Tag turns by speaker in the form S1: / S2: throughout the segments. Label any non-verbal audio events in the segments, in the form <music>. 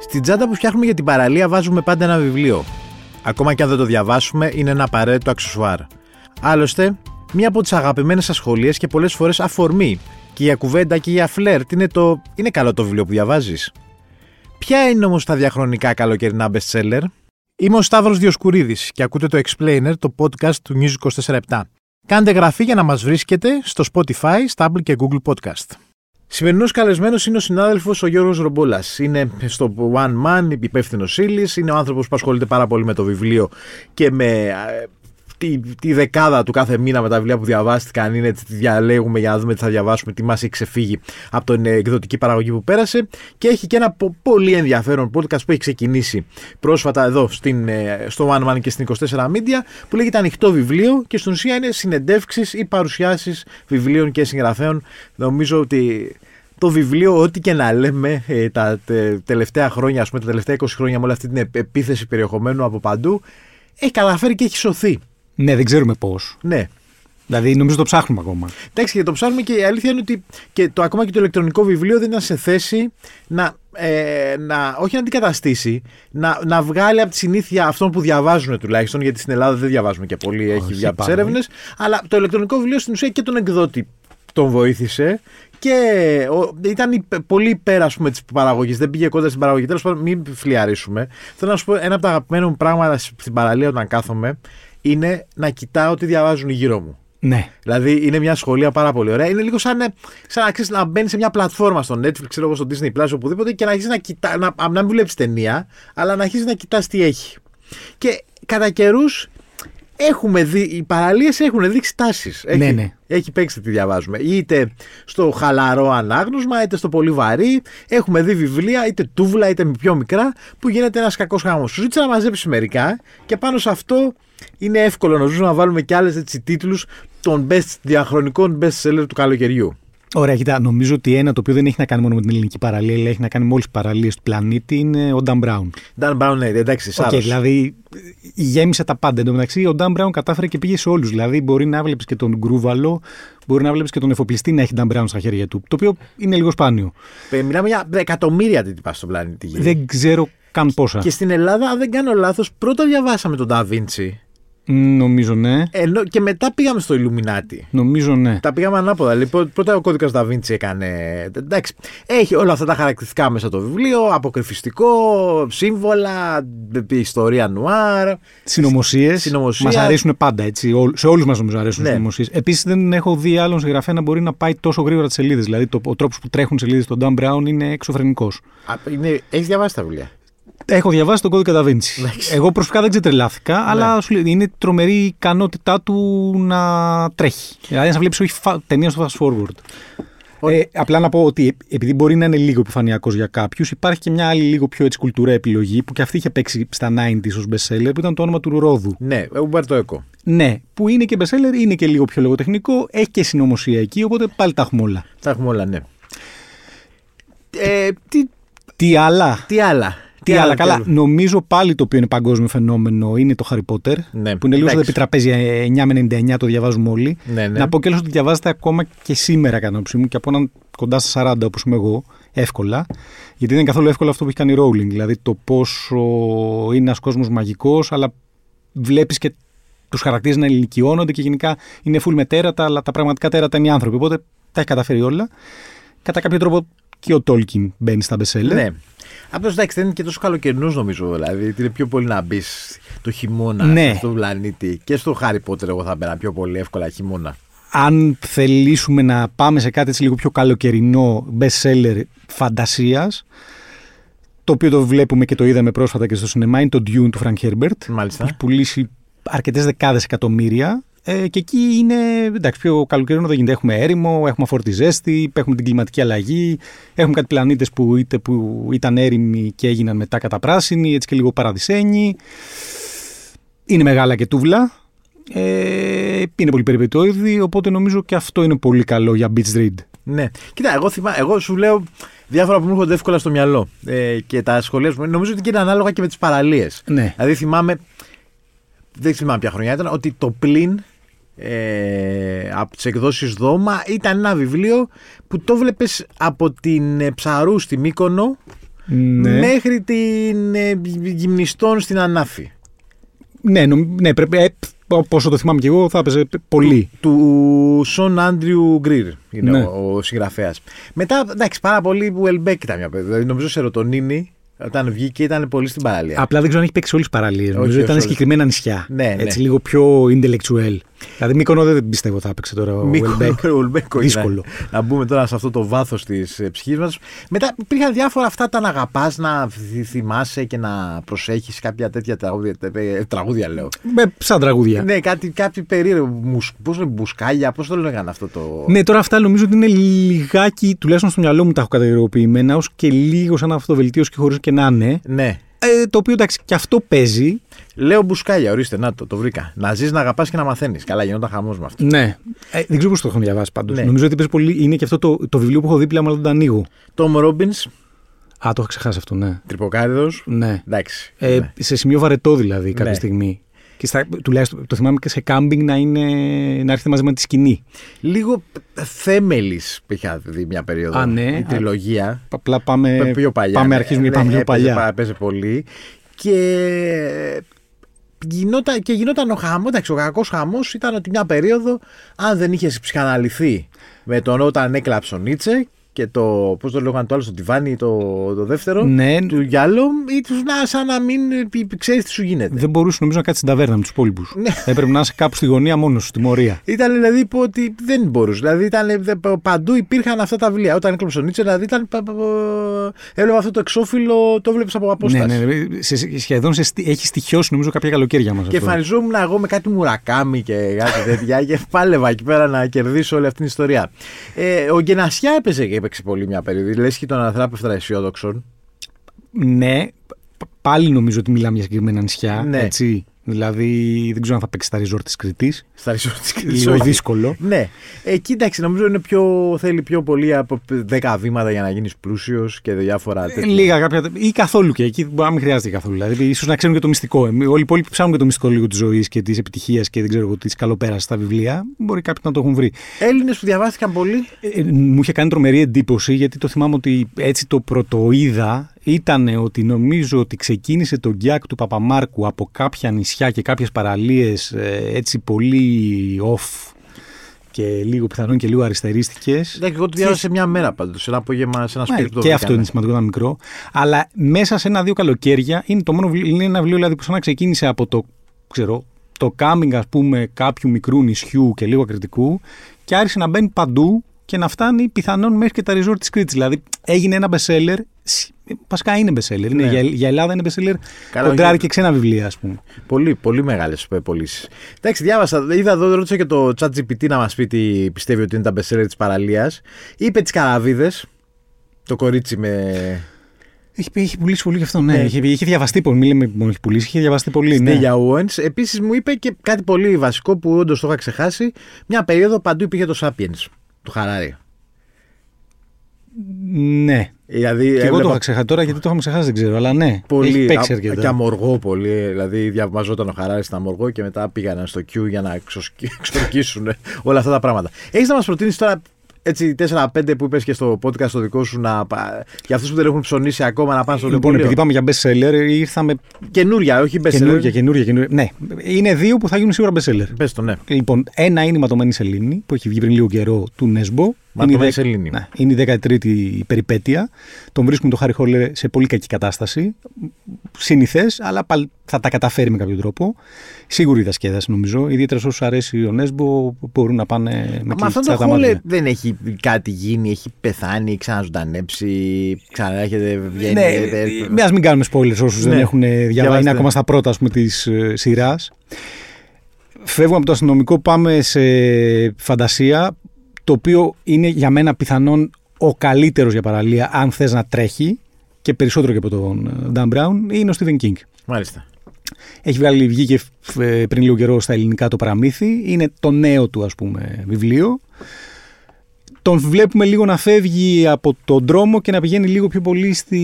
S1: Στην τσάντα που φτιάχνουμε για την παραλία βάζουμε πάντα ένα βιβλίο. Ακόμα και αν δεν το διαβάσουμε, είναι ένα απαραίτητο αξεσουάρ. Άλλωστε, μία από τις αγαπημένες ασχολίες και πολλές φορές αφορμή και για κουβέντα και για φλερτ είναι το. Είναι καλό το βιβλίο που διαβάζεις. Ποια είναι όμως τα διαχρονικά καλοκαιρινά bestseller, Είμαι ο Σταύρος Διοσκουρίδης και ακούτε το Explainer, το podcast του News 24-7. Κάντε γραφή για να μας βρίσκετε στο Spotify, Stable και Google Podcast. Σημερινός καλεσμένος είναι ο συνάδελφος ο Γιώργος Ρομπόλα. Είναι στο One Man, υπεύθυνος ύλη. Είναι ο άνθρωπος που ασχολείται πάρα πολύ με το βιβλίο και με ε, τη, τη δεκάδα του κάθε μήνα με τα βιβλία που διαβάστηκαν. Είναι τι διαλέγουμε για να δούμε τι θα διαβάσουμε, τι μας έχει ξεφύγει από την εκδοτική παραγωγή που πέρασε. Και έχει και ένα πο- πολύ ενδιαφέρον podcast που έχει ξεκινήσει πρόσφατα εδώ στην, ε, στο One Man και στην 24 Media που λέγεται Ανοιχτό Βιβλίο και στην ουσία είναι συνεντεύξεις ή παρουσιάσεις βιβλίων και συγγραφέων. Νομίζω ότι το βιβλίο, ό,τι και να λέμε ε, τα τε- τελευταία χρόνια, ας πούμε τα τελευταία 20 χρόνια με όλη αυτή την επ- επίθεση περιεχομένου από παντού, έχει καταφέρει και έχει σωθεί.
S2: Ναι, δεν ξέρουμε πώς.
S1: Ναι.
S2: Δηλαδή, νομίζω το ψάχνουμε ακόμα.
S1: Εντάξει, και το ψάχνουμε και η αλήθεια είναι ότι και το, ακόμα και το ηλεκτρονικό βιβλίο δεν ήταν σε θέση να, ε, να όχι να αντικαταστήσει, να, να βγάλει από τη συνήθεια αυτών που διαβάζουν τουλάχιστον, γιατί στην Ελλάδα δεν διαβάζουμε και πολύ, έχει
S2: Όχι,
S1: βγει από τις
S2: πάρα
S1: έρευνες. Αλλά το ηλεκτρονικό βιβλίο στην ουσία και τον εκδότη τον βοήθησε και ο, ήταν υπε- πολύ πέρα της παραγωγής. Δεν πήγε κοντά στην παραγωγή. Τέλος πάντων, μην φλιαρίσουμε. Θέλω να σου πω ένα από τα αγαπημένα μου πράγματα στην παραλία όταν κάθομαι είναι να κοιτάω τι διαβάζουν γύρω μου.
S2: Ναι.
S1: Δηλαδή είναι μια σχολεία πάρα πολύ ωραία. Είναι λίγο σαν, ε, σαν να, ξέρεις, να μπαίνει σε μια πλατφόρμα στο Netflix, ξέρω εγώ, στο Disney Plus, οπουδήποτε και να αρχίσεις να κοιτά, να, α, να μην βλέπεις ταινία, αλλά να αρχίσεις να κοιτάς τι έχει. Και κατά καιρούς έχουμε δει, οι παραλίες έχουν δείξει τάσεις. Έχει,
S2: Ναι, ναι.
S1: έχει παίξει τι διαβάζουμε. Είτε στο χαλαρό ανάγνωσμα, είτε στο πολύ βαρύ. Έχουμε δει βιβλία, είτε τούβλα, είτε πιο μικρά, που γίνεται ένας κακός χάμο. Σου ζήτησα να μαζέψεις μερικά και πάνω σε αυτό είναι εύκολο να ζούμε να βάλουμε και άλλε τίτλους των best, διαχρονικών best seller του καλοκαιριού.
S2: Ωραία, κοιτά, νομίζω ότι ένα το οποίο δεν έχει να κάνει μόνο με την ελληνική παραλία, αλλά έχει να κάνει με όλες τις παραλίες του πλανήτη είναι ο Νταν Μπράουν.
S1: Dan Brown, ναι, εντάξει,
S2: Οκ,
S1: σάρος.
S2: δηλαδή γέμισε τα πάντα. Εν τω μεταξύ, ο Νταν Μπράουν κατάφερε και πήγε σε όλους. Δηλαδή, μπορεί να βλέπεις και τον Γκρούβαλο, μπορεί να βλέπεις και τον εφοπλιστή να έχει Νταν Μπράουν στα χέρια του. Το οποίο είναι λίγο σπάνιο.
S1: Ε, Μιλάμε για εκατομμύρια τίτλα στον πλανήτη. Γη.
S2: Δεν ξέρω καν πόσα.
S1: Ε. Και στην Ελλάδα, αν δεν κάνω λάθος, πρώτα διαβάσαμε τον Da Vinci,
S2: Μ, Νομίζω ναι.
S1: ενώ και μετά πήγαμε στο Illuminati.
S2: Νομίζω ναι.
S1: Τα πήγαμε ανάποδα. Λοιπόν, πρώτα ο κώδικας Da Vinci έκανε. Εντάξει, έχει όλα αυτά τα χαρακτηριστικά μέσα το βιβλίο: αποκρυφιστικό, σύμβολα, ιστορία νουάρ.
S2: Συνωμοσίες.
S1: Συνωμοσία.
S2: Μας αρέσουν πάντα έτσι. Ό- Σε όλους μας νομίζω αρέσουν
S1: Ναι.
S2: ναι. συνωμοσίες. Επίσης δεν έχω δει άλλον συγγραφέα να μπορεί να πάει τόσο γρήγορα τις σελίδες. Δηλαδή το, ο τρόπος που τρέχουν σελίδες στον Dan Brown είναι εξωφρενικός.
S1: Έχεις διαβάσει τα βιβλία.
S2: Έχω διαβάσει τον κώδικα Da Vinci. Εγώ προσωπικά δεν ξετρελάθηκα, αλλά σου λέω, είναι τρομερή η ικανότητά του να τρέχει. Δηλαδή να σε βλέπεις όχι φα- ταινία στο fast forward. Ε, απλά να πω ότι ε- επειδή μπορεί να είναι λίγο επιφανειακός για κάποιους, υπάρχει και μια άλλη λίγο πιο έτσι κουλτούρα επιλογή που και αυτή είχε παίξει στα 90s ως bestseller που ήταν το όνομα του Ρόδου.
S1: Ναι, Ουμπερτο Εκο.
S2: Ναι, που είναι και bestseller, είναι και λίγο πιο λογοτεχνικό, έχει και συνωμοσία εκεί, οπότε πάλι τα έχουμε όλα.
S1: Τα έχουμε όλα, ναι. Ε, τι,
S2: Τι άλλα.
S1: τι άλλα.
S2: Τι άλλα, Ε, καλά.
S1: τι
S2: Νομίζω πάλι το οποίο είναι παγκόσμιο φαινόμενο είναι το Harry Potter.
S1: Ναι,
S2: που είναι λίγο
S1: εντάξει.
S2: στα επιτραπέζια 9 ε, με 99, το διαβάζουμε όλοι.
S1: Ναι, ναι.
S2: Να πω κιόλα ότι διαβάζετε ακόμα και σήμερα, κατά άποψή μου, και από έναν κοντά στα 40 όπως είμαι εγώ, εύκολα. Γιατί δεν είναι καθόλου εύκολο αυτό που έχει κάνει η Rowling. Δηλαδή το πόσο είναι ένας κόσμος μαγικός, αλλά βλέπεις και τους χαρακτήρες να ηλικιώνονται και γενικά είναι full με τέρατα, αλλά τα πραγματικά τέρατα είναι οι άνθρωποι. Οπότε τα έχει καταφέρει όλα. Κατά κάποιο τρόπο και ο Τόλκιν μπαίνει στα bestseller.
S1: Ναι. Απλώς εντάξει, δεν είναι και τόσο καλοκαιρινός νομίζω. Δηλαδή, γιατί είναι πιο πολύ να μπεις το χειμώνα
S2: Ναι.
S1: στον πλανήτη. Και στο Χάρι Πότερ, εγώ θα μπαίνα πιο πολύ εύκολα χειμώνα.
S2: αν θελήσουμε να πάμε σε κάτι έτσι λίγο πιο καλοκαιρινό best seller φαντασίας το οποίο το βλέπουμε και το είδαμε πρόσφατα και στο σινεμά είναι το Dune του Frank Herbert που έχει
S1: Μάλιστα.
S2: πουλήσει αρκετές δεκάδες εκατομμύρια ε, και εκεί είναι εντάξει, πιο καλοκαιρινό δεν γίνεται. Έχουμε έρημο, έχουμε αφόρτη ζέστη, έχουμε την κλιματική αλλαγή, έχουμε κάτι πλανήτες που, είτε που ήταν έρημοι και έγιναν μετά καταπράσινοι, έτσι και λίγο παραδεισένοι. Είναι μεγάλα και τούβλα. Ε, είναι πολύ περιπετόιδη, οπότε νομίζω και αυτό είναι πολύ καλό για beach read.
S1: Ναι. Κοίτα, εγώ, θυμά, εγώ σου λέω διάφορα που μου έρχονται εύκολα στο μυαλό. Ε, και τα σχολεία μου. Νομίζω ότι και είναι ανάλογα και με τις παραλίες.
S2: Ναι.
S1: Δηλαδή θυμάμαι. Δεν θυμάμαι ποια χρονιά ήταν. Ότι το πλήν ε, από τις εκδόσεις Δώμα ήταν ένα βιβλίο που το βλέπεις από την ε, Ψαρού στη Μύκονο
S2: Ναι.
S1: μέχρι την ε, γυμνιστών στην Ανάφη.
S2: Ναι, νομ- ναι πρέπει, ε, πόσο το θυμάμαι και εγώ, θα έπαιζε πολύ.
S1: Του Σον Άντριου Γκριρ είναι
S2: Ναι.
S1: ο, ο συγγραφέας. Μετά, εντάξει, πάρα πολύ που Ελμπέκ ήταν μια παιδί. Δηλαδή, νομίζω Σερωτονίνη όταν βγήκε ήταν πολύ στην παραλία.
S2: Απλά δεν ξέρω αν έχει παίξει όλες τις παραλίες.
S1: όχι,
S2: Νομίζω ήταν
S1: όλες.
S2: συγκεκριμένα νησιά.
S1: Ναι,
S2: έτσι
S1: ναι.
S2: λίγο πιο intellectual. Δηλαδή, Μύκονο δεν πιστεύω θα έπαιξε τώρα ο
S1: Μήκο-
S2: Welbeck.
S1: ο Ουλμπέκο ήταν.
S2: Δύσκολο.
S1: Να μπούμε τώρα σε αυτό το βάθος της ψυχής μας. Μετά υπήρχαν διάφορα αυτά τα να αγαπάς, να θυ- θυμάσαι και να προσέχεις κάποια τέτοια τραγούδια. τε- ε, Τραγούδια λέω.
S2: Με, σαν τραγούδια. Ναι.
S1: Ναι, κάτι, κάτι περίεργο. Μουσ- πώς λένε, μπουσκάλια, πώς το λέγανε αυτό το.
S2: Ναι, τώρα αυτά νομίζω ότι είναι λιγάκι, τουλάχιστον στο μυαλό μου τα έχω κατηγορηποιημένα, ως και λίγο σαν αυτοβελτίωση και χωρίς και να είναι.
S1: Ναι.
S2: Ε, το οποίο εντάξει και αυτό παίζει.
S1: Λέω μπουσκάλια, ορίστε, να το, το βρήκα. Να ζεις, να αγαπάς και να μαθαίνεις. Καλά, γινόταν χαμός με αυτό.
S2: Ναι. Ε, δεν ξέρω πώς το έχουν διαβάσει πάντως.
S1: Ναι.
S2: Νομίζω ότι παίζει πολύ. Είναι και αυτό το, το βιβλίο που έχω δίπλα μου, αλλά δεν το ανοίγω.
S1: Τόμ Ρόμπιν,
S2: Α, το έχω ξεχάσει αυτό, ναι.
S1: τρυποκάριδος.
S2: Ναι.
S1: Εντάξει.
S2: Ε,
S1: ναι.
S2: Σε σημείο βαρετό δηλαδή κάποια
S1: Ναι.
S2: στιγμή. Και στα, τουλάχιστον το θυμάμαι και σε κάμπινγκ να, είναι, να έρχεται μαζί με τη σκηνή.
S1: Λίγο θέμελη είχα δει μια περίοδο.
S2: Α, ναι.
S1: Η τριλογία.
S2: Απλά πάμε,
S1: Πα- πιο παλιά.
S2: πάμε
S1: ναι.
S2: αρχίζουμε και
S1: Ναι,
S2: πάμε πιο
S1: έπαιζε
S2: παλιά.
S1: πα- Έπαιζε πολύ. Και γινόταν, και γινόταν ο χαμός. Εντάξει, ο κακός χαμός ήταν ότι μια περίοδο, αν δεν είχες ψυχαναλυθεί με τον όταν έκλαψε ο Νίτσε και το. Πώς το λέγανε το άλλο, στο τιβάνι, το, το δεύτερο.
S2: Ναι,
S1: Του Γιάλο, ή τους να σαν να μην ξέρεις τι σου γίνεται.
S2: δεν μπορούσε νομίζω να κάτσει στην ταβέρνα με τους υπόλοιπους.
S1: Ναι.
S2: Έπρεπε να είσαι κάπου στη γωνία μόνος σου, στη μορία.
S1: Ήταν δηλαδή που ότι δεν μπορούσε. Δηλαδή ήταν, δε- παντού υπήρχαν αυτά τα βιβλία. Όταν έκλεψε ο Νίτσε, δηλαδή ήταν. πα- πα- πα- Έβλεπα αυτό το εξώφυλλο, το βλέπεις από απόσταση.
S2: Ναι, ναι, ναι. Σε- σε- σχεδόν σε, στι- έχει στοιχειώσει νομίζω κάποια καλοκαίρια μας.
S1: Και εμφανιζόμουν εγώ με κάτι μουρακάμι και κάτι τέτοια και <laughs> πάλευα εκεί πέρα να κερδίσω όλη αυτή την ιστορία. Ε, ο Γενασιά έπαιζε και έπαιξε πολύ μια περίοδο. Λες και τον Ανθράπευτα αισιόδοξων.
S2: Ναι, π- πάλι νομίζω ότι μιλάμε για συγκεκριμένα νησιά.
S1: Ναι.
S2: Έτσι. Δηλαδή δεν ξέρω αν θα παίξει τα resort της Κρητής.
S1: Στα resort της Κρήτης,
S2: Λίγο
S1: όχι.
S2: δύσκολο.
S1: Ναι. Ε, κοίταξε, νομίζω είναι πιο, θέλει πιο πολύ από 10 βήματα για να γίνεις πλούσιος και διάφορα
S2: Ε,
S1: τέτοια.
S2: Λίγα κάποια. ή καθόλου και εκεί μπορεί να μην χρειάζεται καθόλου. Δηλαδή, ίσως να ξέρουν και το μυστικό. Ε, Όλοι οι υπόλοιποι ψάχνουν και το μυστικό λίγο της ζωής και της επιτυχίας και δεν ξέρω εγώ της καλοπέρασης στα βιβλία. Μπορεί κάποιοι να το έχουν βρει.
S1: Έλληνες που διαβάστηκαν πολύ.
S2: Ε, μου είχε κάνει τρομερή εντύπωση γιατί το θυμάμαι ότι έτσι το πρωτοείδα ήταν ότι νομίζω ότι ξεκίνησε το γκιάκ του Παπαμάρκου από κάποια νησιά και κάποιες παραλίες ε, έτσι πολύ off και λίγο πιθανόν και λίγο αριστερίστικες.
S1: Εντάξει, εγώ το διάβασα σε μια μέρα πάντως. Ένα απόγευμα σε ένα
S2: Ναι,
S1: σπίτι που το
S2: και
S1: βρήκα,
S2: αυτό
S1: ναι.
S2: είναι σημαντικό, ήταν μικρό. Αλλά μέσα σε ένα-δύο καλοκαίρια είναι το μόνο βιβλίο, είναι ένα βιβλίο δηλαδή, που σαν να ξεκίνησε από το, ξέρω, το κάμινγκ ας πούμε κάποιου μικρού νησιού και λίγο ακριτικού και άρχισε να μπαίνει παντού και να φτάνει πιθανόν μέχρι και τα resort της Κρήτης. Δηλαδή έγινε ένα bestseller, σ- βασικά είναι bestseller, είναι,
S1: Ναι.
S2: για, για Ελλάδα είναι bestseller,
S1: Καλά,
S2: κοντράρει
S1: όχι.
S2: και ξένα βιβλία ας πούμε.
S1: Πολύ, πολύ μεγάλες πωλήσεις. Εντάξει, διάβασα, είδα εδώ, ρώτησα και το ChatGPT να μας πει τι πιστεύει ότι είναι τα bestseller της παραλίας. Είπε τις καραβίδε. Το κορίτσι με.
S2: Έχει, έχει πουλήσει πολύ γι' αυτό, ναι.
S1: Ναι.
S2: Έχει, έχει διαβαστεί πολύ. Μην λέμε μόνο έχει πουλήσει, έχει διαβαστεί πολύ. Ναι.
S1: Ναι. Για Owens. Επίσης μου είπε και κάτι πολύ βασικό που όντως το είχα ξεχάσει. Μια περίοδο παντού υπήρχε το Sapiens του Χαράρη.
S2: ναι.
S1: Δηλαδή,
S2: Και εγώ το
S1: έβλεπα
S2: είχα ξεχάσει τώρα γιατί το είχαμε ξεχάσει, δεν ξέρω. Αλλά ναι.
S1: πολύ
S2: έχει παίξει
S1: α-
S2: αρκετά.
S1: και αμοργό πολύ. Δηλαδή, διαβαζόταν ο Χαράρης στην αμοργό και μετά πήγαν στο Q για να εξοσκ- <laughs> εξορκίσουν όλα αυτά τα πράγματα. Έχεις να μας προτείνεις τώρα έτσι 4-5 που είπες και στο podcast το δικό σου να. πα- Για αυτούς που δεν έχουν ψωνίσει ακόμα να πάνε στο
S2: Λοιπόν,
S1: λεωφορείο.
S2: επειδή πάμε για best seller, ήρθαμε
S1: Καινούρια, όχι best
S2: καινούργια,
S1: seller.
S2: καινούρια, καινούρια. Ναι, είναι δύο που θα γίνουν σίγουρα best seller.
S1: Πες το, ναι.
S2: Λοιπόν, ένα είναι η Ματωμένη Σελήνη που έχει βγει πριν λίγο καιρό του Νέσμπο.
S1: Ματωμένη
S2: Είναι η δεκ-
S1: Σελήνη.
S2: Ναι, είναι η 13η περιπέτεια. Τον βρίσκουν το Χάρι Χόλερ σε πολύ κακή κατάσταση. Συνηθές, αλλά πάλι θα τα καταφέρει με κάποιο τρόπο. Σίγουρη δασκέδαση νομίζω. Ιδιαίτερα σε όσους αρέσει ο Νέσμπο μπορούν να πάνε με
S1: Μα αυτόν
S2: κλειστά
S1: τον
S2: τα
S1: Χόλε
S2: μάτια.
S1: δεν έχει κάτι γίνει, έχει πεθάνει, ξαναζωντανέψει, ξανάρχεται, βγαίνει.
S2: Ναι,
S1: ε, ε,
S2: ε, α μην κάνουμε spoilers όσους δεν
S1: Ναι.
S2: έχουν ε, διαβάσει. Είναι
S1: Διαβάστε.
S2: ακόμα στα πρώτα τη σειράς. Φεύγουμε ε, από το αστυνομικό, πάμε σε φαντασία. Το οποίο είναι για μένα πιθανόν ο καλύτερος για παραλία, αν θες να τρέχει και περισσότερο και από τον ε, Dan Brown, είναι ο Stephen King.
S1: Μάλιστα.
S2: Έχει βγάλει, βγήκε ε, πριν λίγο καιρό στα ελληνικά το παραμύθι. Είναι το νέο του, ας πούμε, βιβλίο. Τον βλέπουμε λίγο να φεύγει από τον δρόμο και να πηγαίνει λίγο πιο πολύ στη...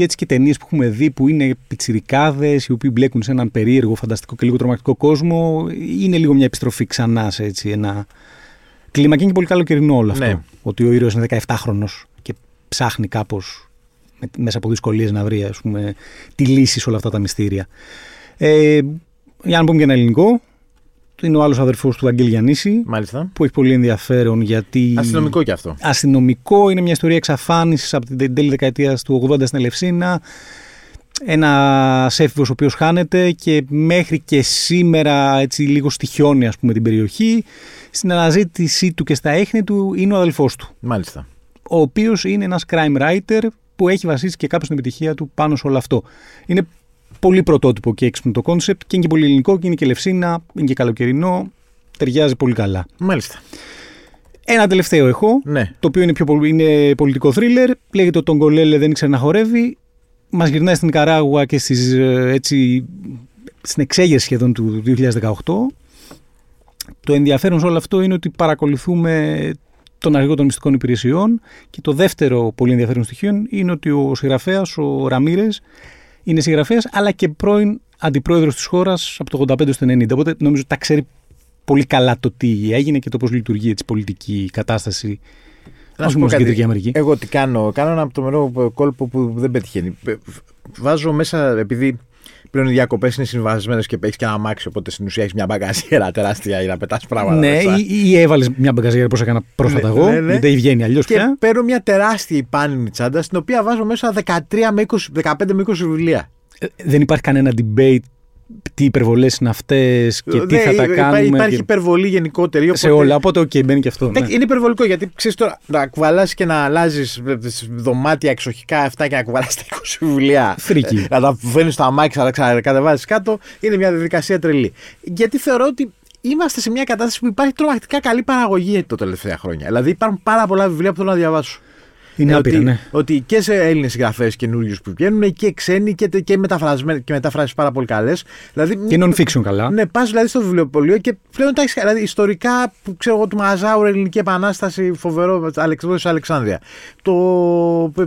S2: έτσι και ταινίες που έχουμε δει που είναι πιτσιρικάδες οι οποίοι μπλέκουν σε έναν περίεργο, φανταστικό και λίγο τρομακτικό κόσμο. Είναι λίγο μια επιστροφή ξανά σε έτσι ένα κλίμα και είναι και πολύ καλοκαιρινό όλο αυτό.
S1: Ναι.
S2: Ότι ο ήρωας είναι 17χρονος και ψάχνει κάπως με- μέσα από δυσκολίες να βρει ας πούμε, τη λύση σε όλα αυτά τα μυστήρια. Ε, για να πούμε και ένα ελληνικό, είναι ο άλλος αδερφός του Βαγγέλη Γιαννίση,
S1: Μάλιστα.
S2: που έχει πολύ ενδιαφέρον γιατί.
S1: Αστυνομικό κι αυτό.
S2: Αστυνομικό είναι μια ιστορία εξαφάνισης από την τέλη δεκαετίας του 80 στην Ελευσίνα. Ένα έφηβο ο οποίος χάνεται και μέχρι και σήμερα έτσι λίγο στοιχιώνει ας πούμε, την περιοχή. Στην αναζήτησή του και στα έχνη του είναι ο αδελφός του,
S1: Μάλιστα.
S2: ο οποίος είναι ένας crime writer που έχει βασίσει και κάπως την επιτυχία του πάνω σε όλο αυτό. Είναι πολύ πρωτότυπο και έξυπνο το κόνσεπτ και είναι και πολύ ελληνικό και είναι και Ελευσίνα, είναι και καλοκαιρινό. Ταιριάζει πολύ καλά.
S1: Μάλιστα.
S2: Ένα τελευταίο έχω
S1: Ναι.
S2: το οποίο είναι, πιο, πολύ- είναι πολιτικό θρίλερ. Λέγεται ότι τον Κολέλε δεν ήξερε να χορεύει. Μας γυρνάει στην Καράγουα και στις, ε, έτσι, στην εξέγερση σχεδόν του 2018. Το ενδιαφέρον σε όλο αυτό είναι ότι παρακολουθούμε τον αρχηγό των μυστικών υπηρεσιών και το δεύτερο πολύ ενδιαφέρον στοιχείο είναι ότι ο συγγραφέας, ο Ραμύρες, είναι συγγραφέας αλλά και πρώην αντιπρόεδρος της χώρας από το 85 στο 90. Οπότε νομίζω ότι τα ξέρει πολύ καλά το τι έγινε και το πώς λειτουργεί έτσι, η πολιτική κατάσταση
S1: Να
S2: Ας
S1: σου πω
S2: πούμε στην
S1: κάτι.
S2: Κεντρική Αμερική.
S1: Εγώ τι κάνω. Κάνω ένα πτωμερό κόλπο που δεν πετυχαίνει. Ε, Βάζω μέσα, επειδή πλέον οι διακοπές είναι συμβασμένες και έχει και ένα αμάξι, οπότε στην ουσία έχεις μια μπαγκαζιέρα τεράστια για να πετάς πράγματα.
S2: ναι,
S1: μέσα.
S2: ή, ή έβαλες μια μπαγκαζιέρα όπω έκανα πρόσφατα
S1: Ναι,
S2: εγώ.
S1: ναι, ναι.
S2: Γιατί δεν βγαίνει αλλιώς
S1: Και
S2: πια.
S1: παίρνω μια τεράστια υπάνινη τσάντα στην οποία βάζω μέσα 13 με 20, 15 με 20 βιβλία.
S2: Ε, Δεν υπάρχει κανένα debate τι υπερβολές είναι αυτές και τι
S1: Δεν-
S2: θα τα
S1: Ναι, υπά-
S2: κάνουμε.
S1: Ε, Υπάρχει
S2: και-
S1: υπερβολή γενικότερη.
S2: Σε
S1: οπότε-
S2: όλα. Οπότε, οκ, μπαίνει και αυτό.
S1: Δεν-
S2: Ναι.
S1: Είναι υπερβολικό γιατί ξέρεις τώρα να κουβαλάς και να αλλάζεις δωμάτια εξοχικά αυτά και να κουβαλάς τα 20 βιβλία.
S2: Φρίκι.
S1: Ε, Να τα φέρνει στο αμάξι, να τα ξανακατεβάζει κάτω. Είναι μια διαδικασία τρελή. Γιατί θεωρώ ότι είμαστε σε μια κατάσταση που υπάρχει τρομακτικά καλή παραγωγή τα τελευταία χρόνια. Δηλαδή υπάρχουν πάρα πολλά βιβλία που θέλω να διαβάσω.
S2: Είναι
S1: Ε,
S2: άπειρα,
S1: ότι,
S2: ναι.
S1: ότι και σε Έλληνες συγγραφές καινούριους που βγαίνουν και ξένοι και, τε- και, μεταφρασμένοι- και μεταφράσεις πάρα πολύ καλές. Δηλαδή,
S2: Και non-fiction καλά.
S1: ναι, πας δηλαδή στο βιβλιοπωλείο και πλέον τα έχεις- Δηλαδή, ιστορικά που ξέρω εγώ του Μαζάουρ, Ελληνική Επανάσταση, φοβερό, Αλεξάνδρεια Αλεξάνδρεια. Το,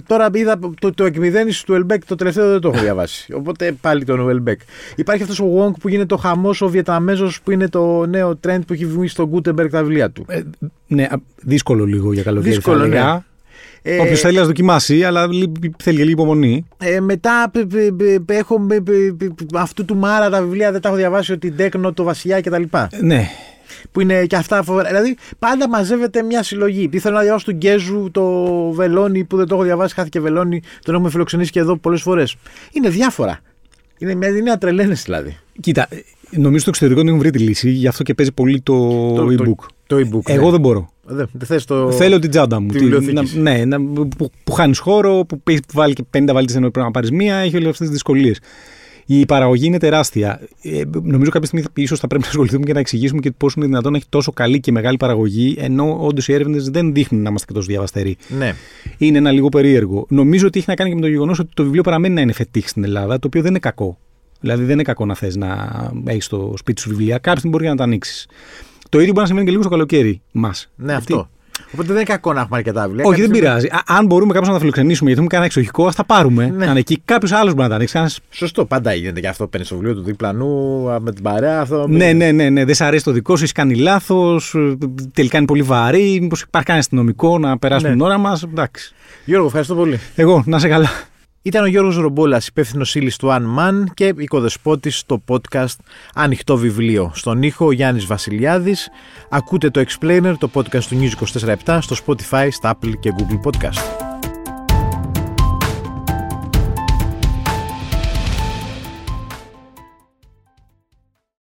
S1: τώρα είδα το, το εκμυδένιση του Ελμπεκ, το τελευταίο δεν το έχω διαβάσει. Οπότε πάλι τον Ελμπεκ. Υπάρχει αυτός ο Wong που γίνεται ο χαμός, ο Βιετναμέζος που είναι το νέο trend που έχει βγει στον Γκούτεμπεργκ τα βιβλία του.
S2: Ε, ναι, α, δύσκολο λίγο για καλοκαίρι.
S1: Δύσκολο,
S2: θα έλεγα.
S1: ναι. Ε,
S2: Όποιος θέλει να δοκιμάσει, αλλά λείπει- θέλει και λίγο υπομονή.
S1: Ε, μετά π, π, π, π, έχω μ, π, π, π, αυτού του Μάρα τα βιβλία, δεν τα έχω διαβάσει, ότι Ντέκνο, το Βασιλιά κτλ.
S2: Ε, Ναι,
S1: που είναι και αυτά φοβερά. Δηλαδή, πάντα μαζεύεται μια συλλογή. Τι θέλω να διαβάσω του Γκέζου, το Βελόνι που δεν το έχω διαβάσει, χάθηκε Βελόνι, τον έχουμε φιλοξενήσει και εδώ πολλές φορές. Είναι διάφορα. Είναι, μια- είναι ατρελαίνε δηλαδή.
S2: κοίτα, ε, νομίζω στο εξωτερικό δεν έχουν βρει τη λύση, γι' αυτό και παίζει πολύ το, e-book.
S1: Το, το e-book. ναι.
S2: Εγώ δεν μπορώ.
S1: δεν. Δεν θες το.
S2: Θέλω την τσάντα μου.
S1: τη
S2: Τη-
S1: βιβλιοθήκη
S2: να-
S1: σου.
S2: ναι, να- που, που χάνεις χώρο, που πεις- που βάλει και 50 βαλίτσε ενώ πρέπει να πάρεις μία, έχει όλες αυτές τις δυσκολίες. Η παραγωγή είναι τεράστια. Ε, νομίζω κάποια στιγμή ίσως θα πρέπει να ασχοληθούμε και να εξηγήσουμε και πώς είναι δυνατόν να έχει τόσο καλή και μεγάλη παραγωγή, ενώ όντως οι έρευνες δεν δείχνουν να είμαστε και τόσο διαβαστεροί.
S1: Ναι.
S2: Είναι ένα λίγο περίεργο. Νομίζω ότι έχει να κάνει και με το γεγονός ότι το βιβλίο παραμένει να είναι φετίχ στην Ελλάδα, το οποίο δεν είναι κακό. Δηλαδή δεν είναι κακό να θες να έχεις στο σπίτι σου βιβλία. Κάποια στιγμή μπορεί και να τα ανοίξεις. Το ίδιο μπορεί να συμβαίνει και λίγο στο καλοκαίρι μας.
S1: ναι, αυτό. Οπότε δεν είναι κακό να έχουμε αρκετά βιβλία.
S2: Όχι, δεν
S1: Κάτι-
S2: πειράζει. Α- αν μπορούμε κάποιος να τα φιλοξενήσουμε, γιατί έχουμε κάνει εξοχικό, ας τα πάρουμε.
S1: Ναι.
S2: Να είναι εκεί. Κάποιος άλλος μπορεί να τα ανοίξει. Ένας...
S1: Σωστό, πάντα γίνεται και αυτό. Παίρνεις το βιβλίο του διπλανού α, με την παρέα. Αυτό,
S2: Ναι, ναι, ναι, ναι. Δεν σ' αρέσει το δικό σου, έχει κάνει λάθος. Τελικά είναι πολύ βαρύ. Μήπως υπάρχει κανένα αστυνομικό να περάσουμε
S1: Ναι.
S2: την ώρα μας. Εντάξει.
S1: Γιώργο, ευχαριστώ πολύ.
S2: Εγώ, να σε καλά.
S1: Ήταν ο Γιώργος Ρομπόλας, υπεύθυνος ύλη του One Man και οικοδεσπότης στο podcast Ανοιχτό Βιβλίο. Στον ήχο ο Γιάννης Βασιλιάδης. Ακούτε το Explainer, το podcast του News 24-7 στο Spotify, στα Apple και Google Podcast.